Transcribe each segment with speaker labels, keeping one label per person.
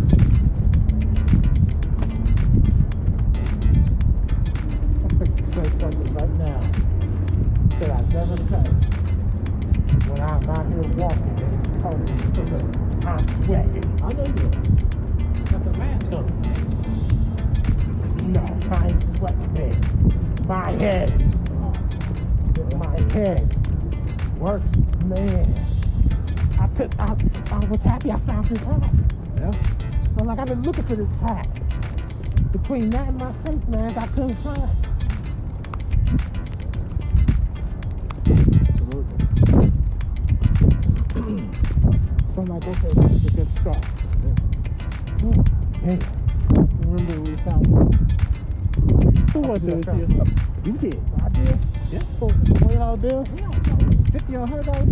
Speaker 1: That's what I'm saying. When I'm out here walking, it's cold because I'm sweating.
Speaker 2: I know you are. Got the mask on.
Speaker 1: No, I ain't sweating man. My head, my head works, man. I could, I, I was happy I found this hat.
Speaker 2: Yeah.
Speaker 1: But like I've been looking for this hat. Between that and my face mask, I couldn't find. it.
Speaker 2: Absolutely.
Speaker 1: So I'm like, okay, this is a good start.
Speaker 2: Yeah.
Speaker 1: Hey, remember we found it.
Speaker 2: Who won this year? You did.
Speaker 1: I did.
Speaker 2: Yeah.
Speaker 1: For a twenty dollar bill.
Speaker 2: Yeah. Fifty or hundred dollars.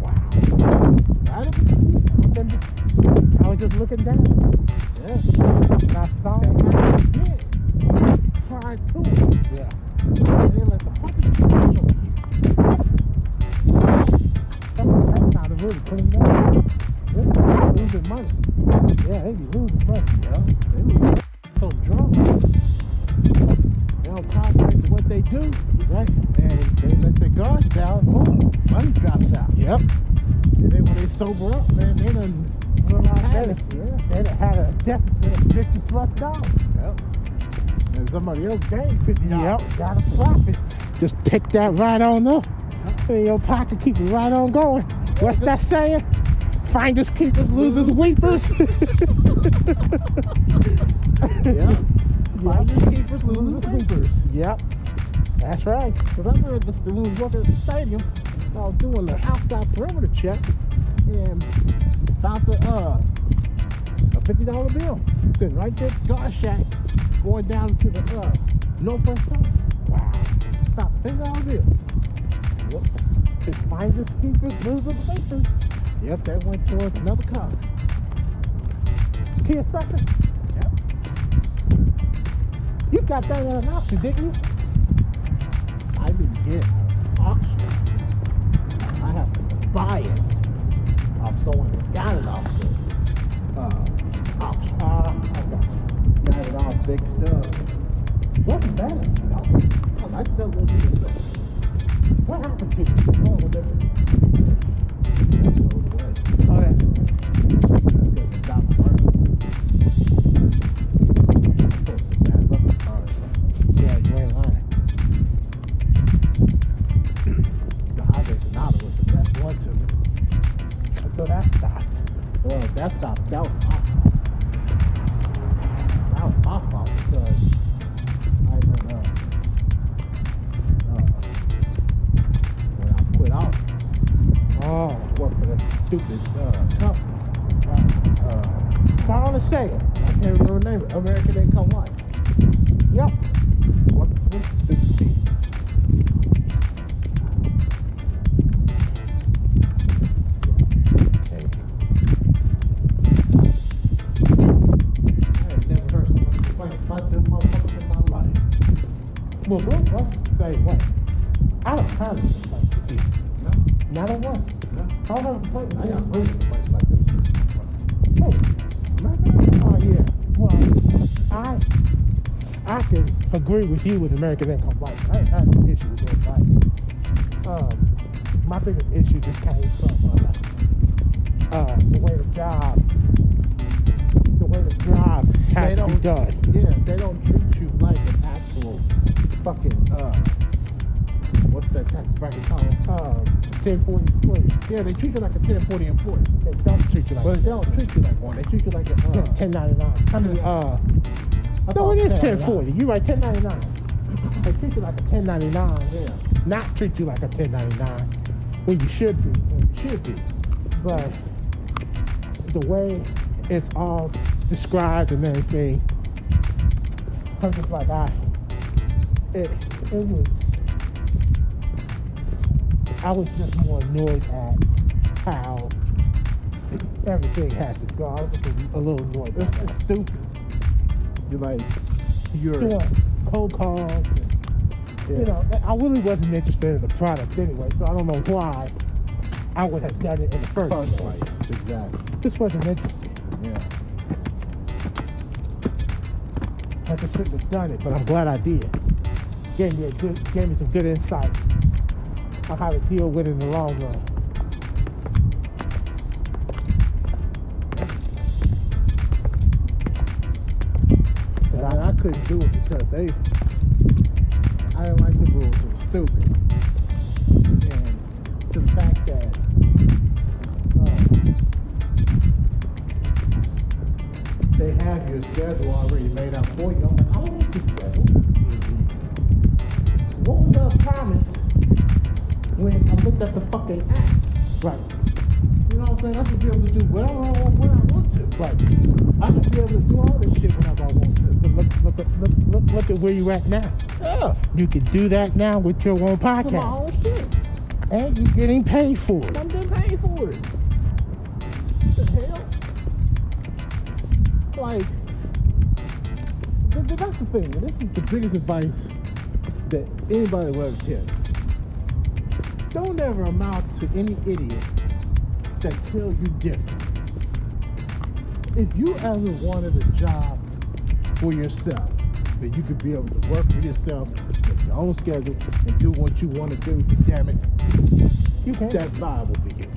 Speaker 1: Wow.
Speaker 2: Right?
Speaker 1: Remember? I was just looking down
Speaker 2: Yeah.
Speaker 1: and I saw it. and I did. Tried to.
Speaker 2: Yeah. They let the fucking dogs on you.
Speaker 1: That's not a really putting down. They're losing money. Yeah, they be losing money.
Speaker 2: Yeah. They were so drunk. They don't cooperate with what they do.
Speaker 1: Right?
Speaker 2: And they let their guards down. Boom. Money drops out.
Speaker 1: Yep.
Speaker 2: And then when they sober up, man, they done
Speaker 1: Realized
Speaker 2: had
Speaker 1: that
Speaker 2: it. Yeah.
Speaker 1: they done had a deficit of 50 plus dollars.
Speaker 2: Yep. And somebody else gained fifty dollars.
Speaker 1: Yep. Got a profit. Just pick that right on up. In your pocket, keep it right on going. What's that saying? Finders, keepers, losers, weepers.
Speaker 2: Yeah.
Speaker 1: Finders,
Speaker 2: keepers, losers, weepers.
Speaker 1: yep. That's right.
Speaker 2: Because I remember the Stalloon walking at the stadium. I was doing the outside perimeter check and found the uh a fifty dollar bill sitting right there, at the guard shack, going down to the uh northwest side.
Speaker 1: Wow.
Speaker 2: Found the fifty dollar bill. Whoops.
Speaker 1: It's finders, keepers, losers, weepers.
Speaker 2: Yep, that went towards another car.
Speaker 1: Key inspector,
Speaker 2: Yep.
Speaker 1: you got that at an auction, didn't you?
Speaker 2: I didn't get it out of auction. I have to buy it off someone that got it off the uh, auction.
Speaker 1: Uh, I got you.
Speaker 2: Got it all fixed up.
Speaker 1: Wasn't bad.
Speaker 2: No, I like that little bit of stuff.
Speaker 1: What happened to it?
Speaker 2: Oh, whatever. Throw it away.
Speaker 1: Oh, yeah.
Speaker 2: Because it stopped working. Of course, it's bad luck with cars.
Speaker 1: Yeah, you ain't lying.
Speaker 2: The Hyundai Sonata was the best one to me.
Speaker 1: Until that stopped.
Speaker 2: Well, that stopped. That was my fault. That was my fault because I didn't know. Uh, when I quit off,
Speaker 1: Oh.
Speaker 2: work for that stupid uh, company. Uh,
Speaker 1: Follow the sale.
Speaker 2: I can't remember the name. of it. American Income Life.
Speaker 1: Yep.
Speaker 2: What the stupid people.
Speaker 1: Okay.
Speaker 2: I have never heard someone complain about them motherfuckers in my life.
Speaker 1: Well, what was
Speaker 2: Say what?
Speaker 1: I don't have it.
Speaker 2: No,
Speaker 1: Not a one.
Speaker 2: no.
Speaker 1: I don't have a plate.
Speaker 2: I got plenty of complaints like this. motherfuckers.
Speaker 1: Oh, American? Oh, yeah. Well, I I can agree with you with American Income Life. I ain't had an issue with that life. Um, my biggest issue just came from uh, uh, the way the job, the way the job
Speaker 2: They
Speaker 1: had to be
Speaker 2: don't-
Speaker 1: done.
Speaker 2: Yeah, they don't treat you like an actual fucking uh, what's that tax bracket called?
Speaker 1: Um, 1043.
Speaker 2: uh, Yeah, they treat you like a 1040 employee.
Speaker 1: They don't treat you like
Speaker 2: But they
Speaker 1: that.
Speaker 2: don't treat you like one. They treat you like a
Speaker 1: Yeah,
Speaker 2: uh,
Speaker 1: 1099. I mean, uh,
Speaker 2: I
Speaker 1: no,
Speaker 2: thought
Speaker 1: it is
Speaker 2: 10.40.
Speaker 1: 1040. You're right, 1099. They treat you like a 1099.
Speaker 2: Yeah,
Speaker 1: Not treat you like a 1099 when you should be.
Speaker 2: should be.
Speaker 1: but the way it's all described and everything, I'm just like, I, it, it was, I was just more annoyed at how everything had to go. I was just a little annoyed. by
Speaker 2: It's,
Speaker 1: that.
Speaker 2: it's stupid. You're like, you're
Speaker 1: Doing cold calls. And,
Speaker 2: yeah.
Speaker 1: You know, I really wasn't interested in the product anyway, so I don't know why I would have done it in the first,
Speaker 2: first
Speaker 1: place.
Speaker 2: place. Exactly.
Speaker 1: This wasn't interesting.
Speaker 2: Yeah.
Speaker 1: Like I shouldn't have done it, but I'm glad I did. Gave me a good, gave me some good insight on how to deal with it in the long run.
Speaker 2: And I, I couldn't do it because they, I didn't like the rules. It was stupid. And to the fact that, uh, they have your schedule already laid out for you. I'm like, I don't need the schedule. What was the promise when I looked at the fucking act?
Speaker 1: Right,
Speaker 2: You know what I'm saying? I should be able to do whatever I want when I want to.
Speaker 1: right.
Speaker 2: I should be able to do all this shit whenever I want to.
Speaker 1: But look, look, look, look, look at where you're at now.
Speaker 2: Yeah.
Speaker 1: You can do that now with your own
Speaker 2: For my
Speaker 1: podcast,
Speaker 2: own shit.
Speaker 1: and you're getting paid for it.
Speaker 2: I'm getting paid for it. The hell? Like, th- th- that's the thing. and This is the biggest advice that anybody will ever tell you. Don't ever amount to any idiot that tell you different. If you ever wanted a job for yourself, that you could be able to work for yourself, with your own schedule, and do what you want to do, damn it,
Speaker 1: You can,
Speaker 2: that's viable for you.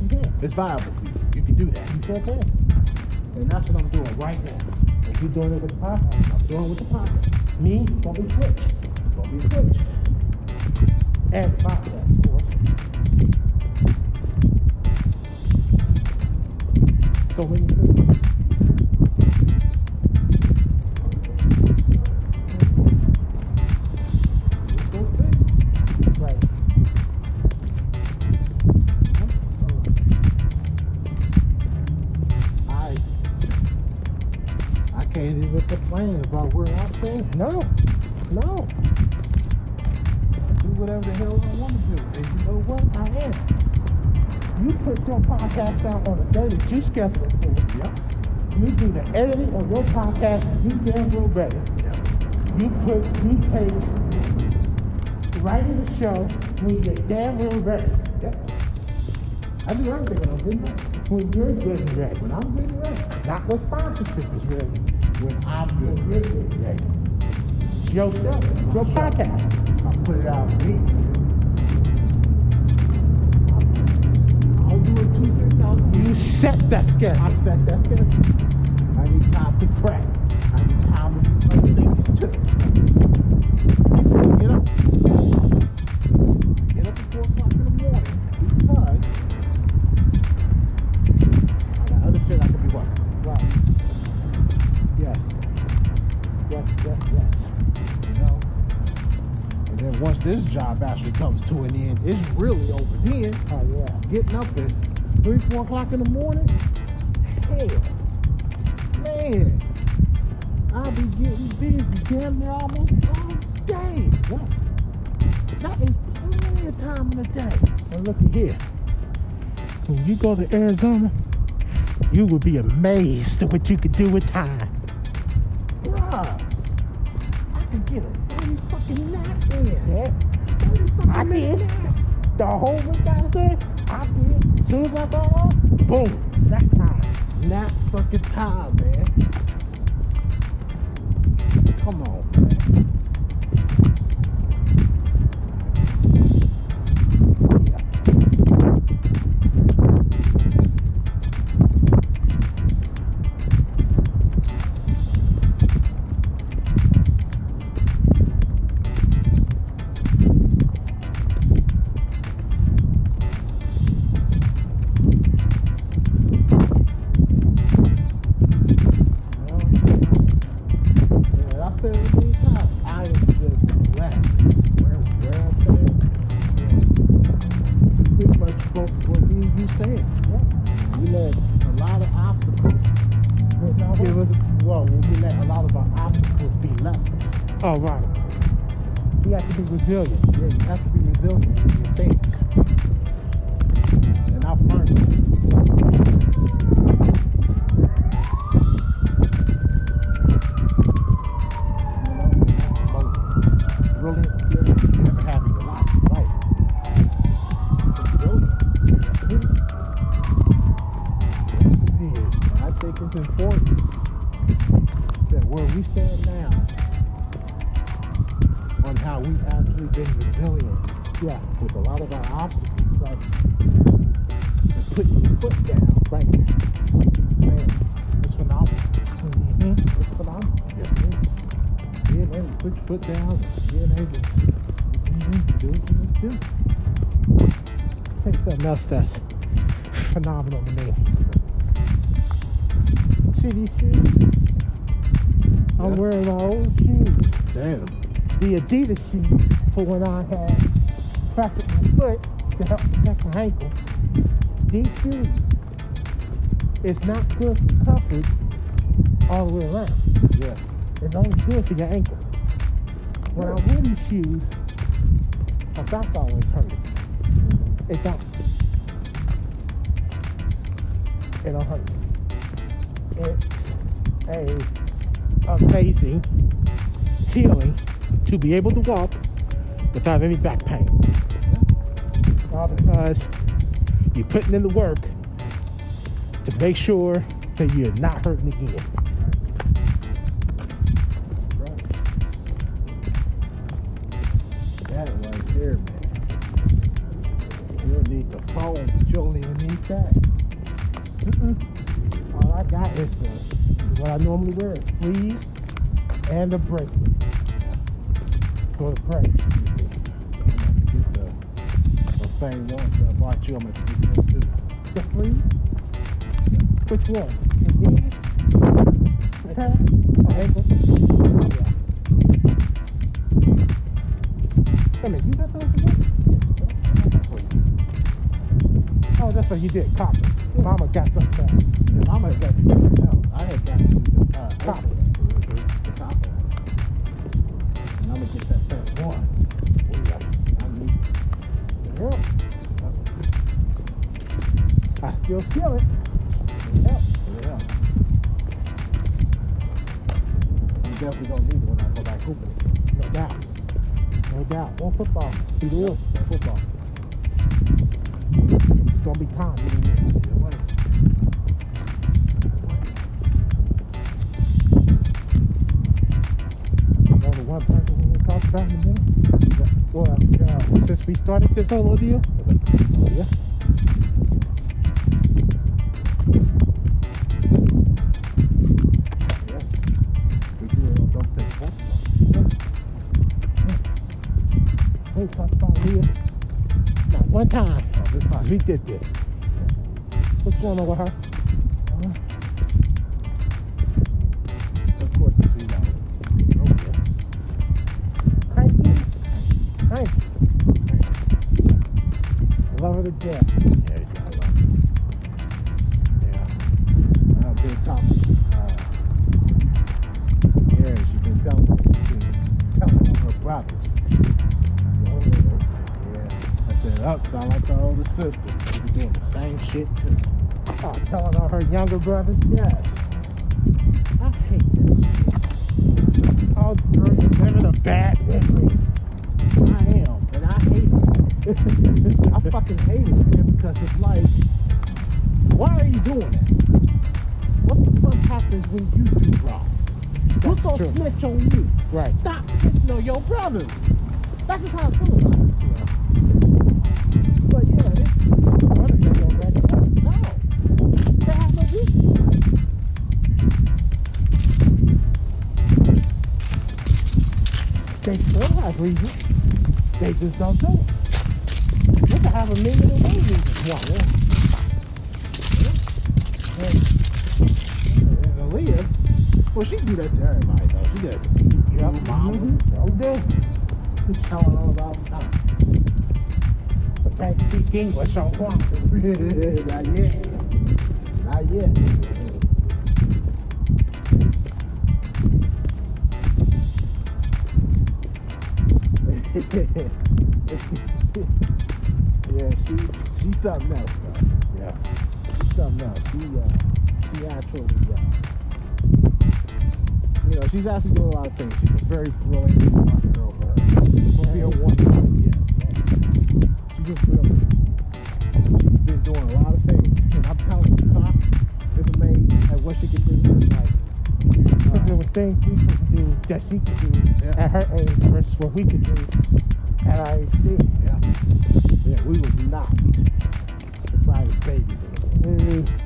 Speaker 1: you can,
Speaker 2: It's viable for you. You can do that.
Speaker 1: you sure can.
Speaker 2: And that's what I'm doing right now.
Speaker 1: If you're doing it with the podcast,
Speaker 2: I'm doing with the podcast.
Speaker 1: me, it's gonna be Twitch
Speaker 2: It's gonna be rich.
Speaker 1: and podcast, of course. So many things.
Speaker 2: It's those things.
Speaker 1: Right.
Speaker 2: So, I I can't even complain about where I stand.
Speaker 1: No, no.
Speaker 2: Do whatever the hell I want to do. And you know what? I am.
Speaker 1: You put your podcast out on the day that you schedule it for.
Speaker 2: Yep.
Speaker 1: You do the editing on your podcast, you damn well better.
Speaker 2: Yep.
Speaker 1: You put, you take writing the show when you're damn well ready.
Speaker 2: Yep. I do everything when I'm getting ready.
Speaker 1: When you're good and ready.
Speaker 2: When I'm getting ready.
Speaker 1: Not when sponsorship is ready.
Speaker 2: When I'm
Speaker 1: When
Speaker 2: good.
Speaker 1: you're good and ready. It's your show, your podcast.
Speaker 2: I put it out for me. I'll do it two, three thousand
Speaker 1: You set that
Speaker 2: I
Speaker 1: schedule.
Speaker 2: set that schedule. I need time to prep. I need time to do other things too. Get up. I Get up at four o'clock in the morning because I got other shit I could be working.
Speaker 1: Right. Yes. Yes, yes, yes.
Speaker 2: You know. And then once this job actually comes to an end, it's really over then.
Speaker 1: Oh, yeah.
Speaker 2: Getting up at three, four o'clock in the morning. Hell, man, I be getting busy damn near almost all day.
Speaker 1: Yeah.
Speaker 2: That is plenty of time in the day.
Speaker 1: And look at here. When you go to Arizona, you will be amazed at what you could do with time.
Speaker 2: Bruh, I could get a 30 fucking nap in.
Speaker 1: Yeah.
Speaker 2: 30 fucking
Speaker 1: I
Speaker 2: minute
Speaker 1: did.
Speaker 2: nap.
Speaker 1: The whole week I was there, I did. As soon as I got off, boom, that time.
Speaker 2: Nap fucking time, man. Come on, man.
Speaker 1: Yeah.
Speaker 2: Well, yeah, I've said it many times. I am just left where, where I stand. and Pretty much for where me and you stand. We let a lot of obstacles give us, well, we let a lot of our obstacles be lessons.
Speaker 1: All right. You have to be resilient.
Speaker 2: Yeah, you have to be resilient in your things. And I've learned that. You know, that's the most brilliant feeling you ever have in your life. Right. It's brilliant.
Speaker 1: It is.
Speaker 2: I think it's important that where we stand now, on how we've actually been resilient
Speaker 1: Yeah.
Speaker 2: with a lot of our obstacles. Like
Speaker 1: Put your foot down. Right.
Speaker 2: man, it's phenomenal.
Speaker 1: hmm
Speaker 2: It's phenomenal. Being able to put your foot down, being able to do what you need to do.
Speaker 1: think something else that's phenomenal to me. See these shoes? I'm
Speaker 2: Yeah.
Speaker 1: wearing my old shoes,
Speaker 2: Damn.
Speaker 1: the Adidas shoes, for when I had fractured my foot to help protect my ankle. These shoes, it's not good for comfort all the way around.
Speaker 2: Yeah.
Speaker 1: It's only good for your ankle. When I wear these shoes, my back always hurts. It don't. It don't hurt. It's a amazing feeling to be able to walk without any back pain. All because you're putting in the work to make sure that you're not hurting again.
Speaker 2: Right. That right there, man. You don't need the phone, but you don't even need that.
Speaker 1: All I got is the what I normally wear: sleeves and the bracelet. For the price.
Speaker 2: Get the, the same one that I bought you. I'm gonna get them too.
Speaker 1: The sleeves? Which one? These? Okay. My ankle. Yeah. I mean, you got those again? Oh, that's what you did. Copper. Mama got something else.
Speaker 2: And I might got to do the house. I had got to do the uh,
Speaker 1: Copper.
Speaker 2: copper. The copper. And I'm gonna get that same one. I need
Speaker 1: Yeah. I still feel it. It helps.
Speaker 2: something else. I'm definitely gonna need it when I go back hooping.
Speaker 1: No doubt. No doubt. One football. Be the one.
Speaker 2: That football.
Speaker 1: It's gonna be time. You're the one person we gonna talk about in a minute. Well, uh, since we started this whole ordeal. Oh, yeah.
Speaker 2: Yeah. We do it on Don't Take Sports
Speaker 1: We talked about Leah. Not one time.
Speaker 2: Oh, this
Speaker 1: since we
Speaker 2: podcast.
Speaker 1: did this. What's going on with her?
Speaker 2: Of course, it's we know. Oh, yeah.
Speaker 1: Cranky. Cranky. Love her to death.
Speaker 2: Yeah, you gotta love it. Yeah. Uh, been talking. Uh, Karen, she's been telling me. She's been telling on her brothers. Yeah. I said, up, sound like her older sister. She be doing the same shit, too.
Speaker 1: Oh, telling all her younger brothers.
Speaker 2: Yes.
Speaker 1: I hate that shit. All girls are living a bad memory.
Speaker 2: I am, and I hate it. I fucking hate it, man, because it's like, why are you doing that? What the fuck happens when you do wrong? Who's
Speaker 1: That's
Speaker 2: gonna
Speaker 1: true.
Speaker 2: snitch on you?
Speaker 1: Right.
Speaker 2: Stop snitching on your brothers. That's just how I feel about it. But yeah, it's
Speaker 1: Brothers ain't gonna back it up.
Speaker 2: no. They have no business.
Speaker 1: They still have reasons. They just don't do it. You can have a million and one reasons why.
Speaker 2: And Aaliyah, well, she do that to everybody though. She did. You,
Speaker 1: Yeah.
Speaker 2: mama.
Speaker 1: Don't do it.
Speaker 2: She's telling all about the time.
Speaker 1: But they speak English on one.
Speaker 2: Not yet. Not yet. yeah, she she's something else, bro.
Speaker 1: Yeah.
Speaker 2: She's something else. She uh, she actually uh, you know, she's actually doing a lot of things. She's a very brilliant, smart girl, bro. For being one, yes. She just brilliant. She's been doing a lot of things, and I'm telling you, Pop is amazed at what she can do. Like,
Speaker 1: Because
Speaker 2: uh,
Speaker 1: there was things we could do that she could do
Speaker 2: Yeah.
Speaker 1: at her age versus what we could do
Speaker 2: at our HB.
Speaker 1: Yeah.
Speaker 2: Yeah, we was not riding babies anymore.
Speaker 1: Mm,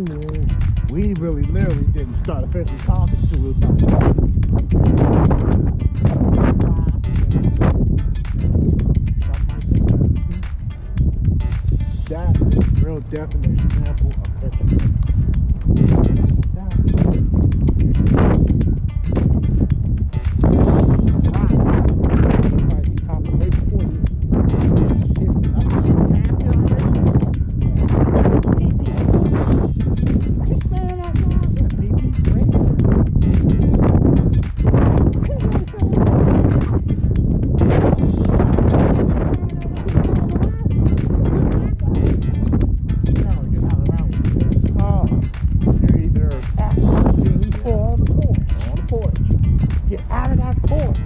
Speaker 1: mm.
Speaker 2: We really literally didn't start officially talking to it about That is a real definite example of ignorance.
Speaker 1: Somebody talking way before you.
Speaker 2: Just say it out loud. Yeah, PP, wait. Oh, No, you're not around with me.
Speaker 1: Oh,
Speaker 2: You're either
Speaker 1: acting for all the porch.
Speaker 2: on the porch.
Speaker 1: Get out of that porch.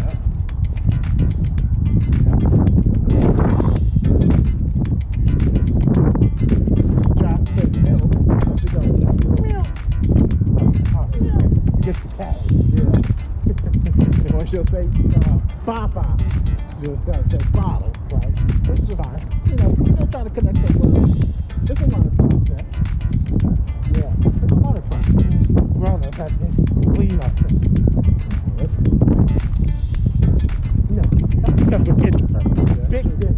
Speaker 2: Yep. Josh said milk, so she goes, milk. Oh,
Speaker 1: You Get the cat.
Speaker 2: yeah. or she'll say, uh, Papa. She'll kind of say bottle, right? Which is fine. You know, people still trying to connect the words. It's a learning process.
Speaker 1: Yeah.
Speaker 2: It's a learning process.
Speaker 1: Grown-ups have to clean ourselves. No, that's because we're introverts. Big dick.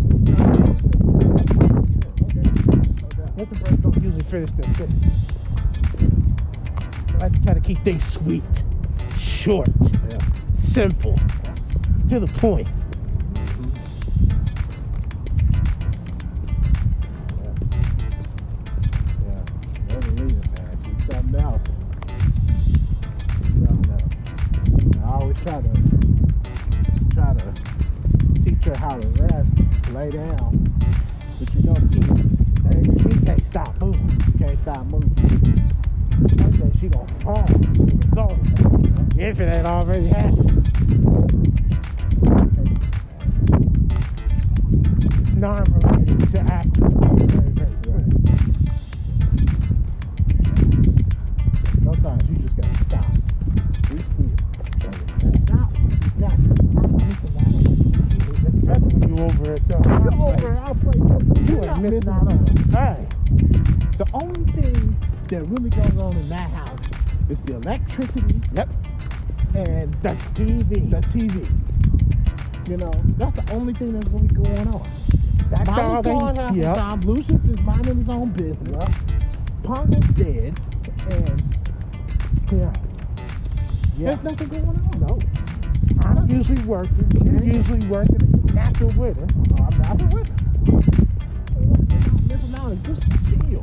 Speaker 1: Introverts don't usually finish their sentences. I like to try to keep things sweet, short,
Speaker 2: Yeah.
Speaker 1: simple, to the point.
Speaker 2: Yeah, never leave it, man. Keep something else. Something else. I always try to try to teach her how to rest, lay down. But you know, kids,
Speaker 1: Hey, we can't stop moving.
Speaker 2: you can't stop moving.
Speaker 1: One day she gonna fall. It's all right. If it ain't already happened. Non-related to act. Very, very sweet.
Speaker 2: Sometimes you just gotta stop. Be still. Stop. Stop.
Speaker 1: That's when you over at the
Speaker 2: You're over at our place.
Speaker 1: You ain't missing out on a thing.
Speaker 2: The only thing that really goes on in that house is the electricity
Speaker 1: Yep.
Speaker 2: and
Speaker 1: The TV.
Speaker 2: the TV. You know, that's the only thing that's really going on.
Speaker 1: That
Speaker 2: Mine was
Speaker 1: dog ain't-
Speaker 2: gone half the
Speaker 1: yep.
Speaker 2: time. Lucius is minding his own business. Pongo's dead, and
Speaker 1: Yeah. Yeah.
Speaker 2: there's nothing going on. No,
Speaker 1: I'm usually working. You're
Speaker 2: Yeah.
Speaker 1: usually working. It's a natural winter.
Speaker 2: I'm not with. Missing out is just chill.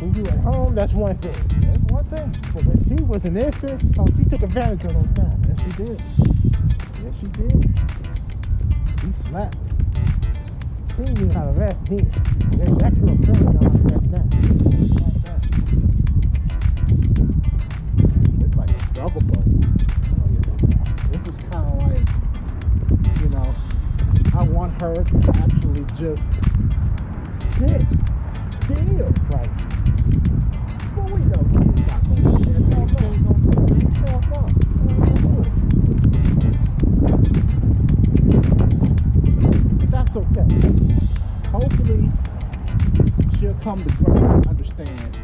Speaker 1: When you at home, Oh, that's one thing.
Speaker 2: That's one thing.
Speaker 1: But when she was an infant, oh, she took advantage of those times.
Speaker 2: Yes, she did. Yes, she did. He slept.
Speaker 1: She knew how to rest then. That that girl barely know how to rest now.
Speaker 2: Like that. It's like a struggle book. This is kind of like, you know, I want her to actually just sit still.
Speaker 1: Right.
Speaker 2: But we know kids not going to do that. They ain't gonna do that. Hell no. They ain't gonna do it. But That's okay. Hopefully, she'll come to grow and understand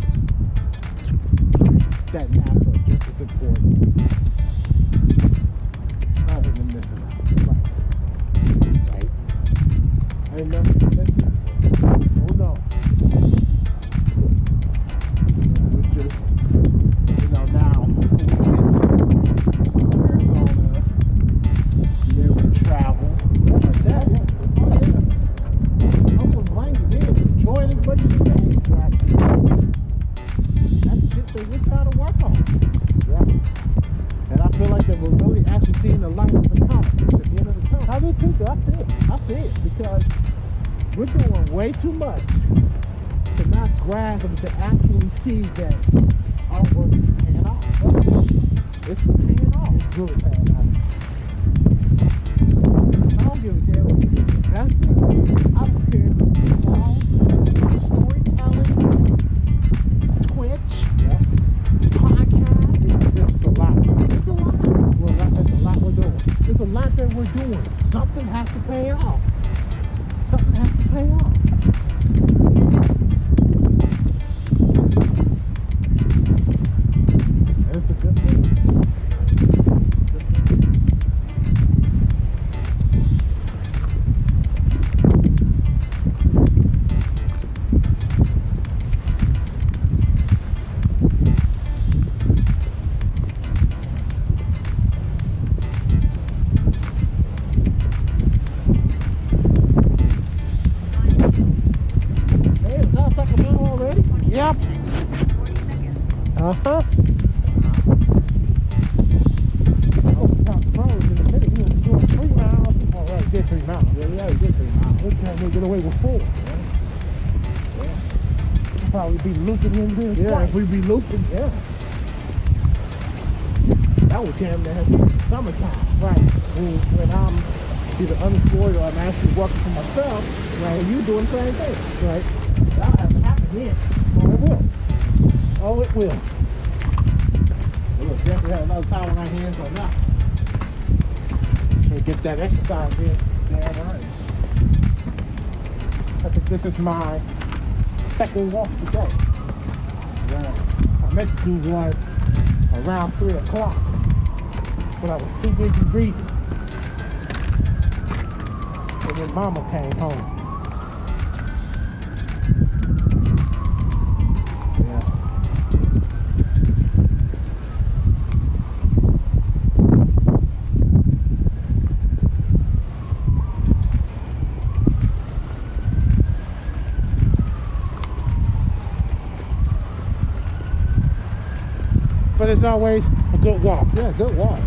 Speaker 2: that natural just as important. Other than missing out.
Speaker 1: Right.
Speaker 2: Ain't nothing to miss out. Oh no. We're just, you know, now we get to Arizona, where we travel, stuff like that. Oh, yeah. I'm gonna blame you there. Enjoy it as much as you can.
Speaker 1: Right.
Speaker 2: That's shit that we're trying to work on.
Speaker 1: Yeah.
Speaker 2: And I feel like that we're really actually seeing the light of the tunnel at the end of the tunnel.
Speaker 1: I do too, though. I see it.
Speaker 2: I see it because we're doing way too much to not grasp and to actually see that our work is paying off. It's paying off.
Speaker 1: It's really bad. I-
Speaker 2: I don't give a damn what you do. That's I don't care if it's long, storytelling, Twitch,
Speaker 1: Yeah.
Speaker 2: podcast.
Speaker 1: This is a lot.
Speaker 2: It's a lot.
Speaker 1: Well, a lot, that's a lot we're doing.
Speaker 2: There's a lot that pay off. That's the good thing. Hey, it's outside the mall already?
Speaker 1: Yep. Uh huh. Oh, Tom Crow is in the middle. He was doing three miles. All right, he did three miles.
Speaker 2: Yeah, yeah, it did three miles.
Speaker 1: This time we get away with four. Probably be looking in there.
Speaker 2: Yeah,
Speaker 1: twice.
Speaker 2: if we be looping, yeah. That would damn near have been summertime.
Speaker 1: right,
Speaker 2: When, when I'm either unemployed or I'm actually working for myself, right? And you doing the same thing.
Speaker 1: right.
Speaker 2: That'll have happened then.
Speaker 1: Oh, it will. Oh, it will.
Speaker 2: We'll definitely have another towel on our hands or not.
Speaker 1: Should get that exercise in.
Speaker 2: Damn right.
Speaker 1: I think this is my second walk today. I meant to do one around three o'clock, but I was too busy reading. And then Mama came home.
Speaker 2: Yeah.
Speaker 1: But it's always a good walk.
Speaker 2: Yeah, good walk.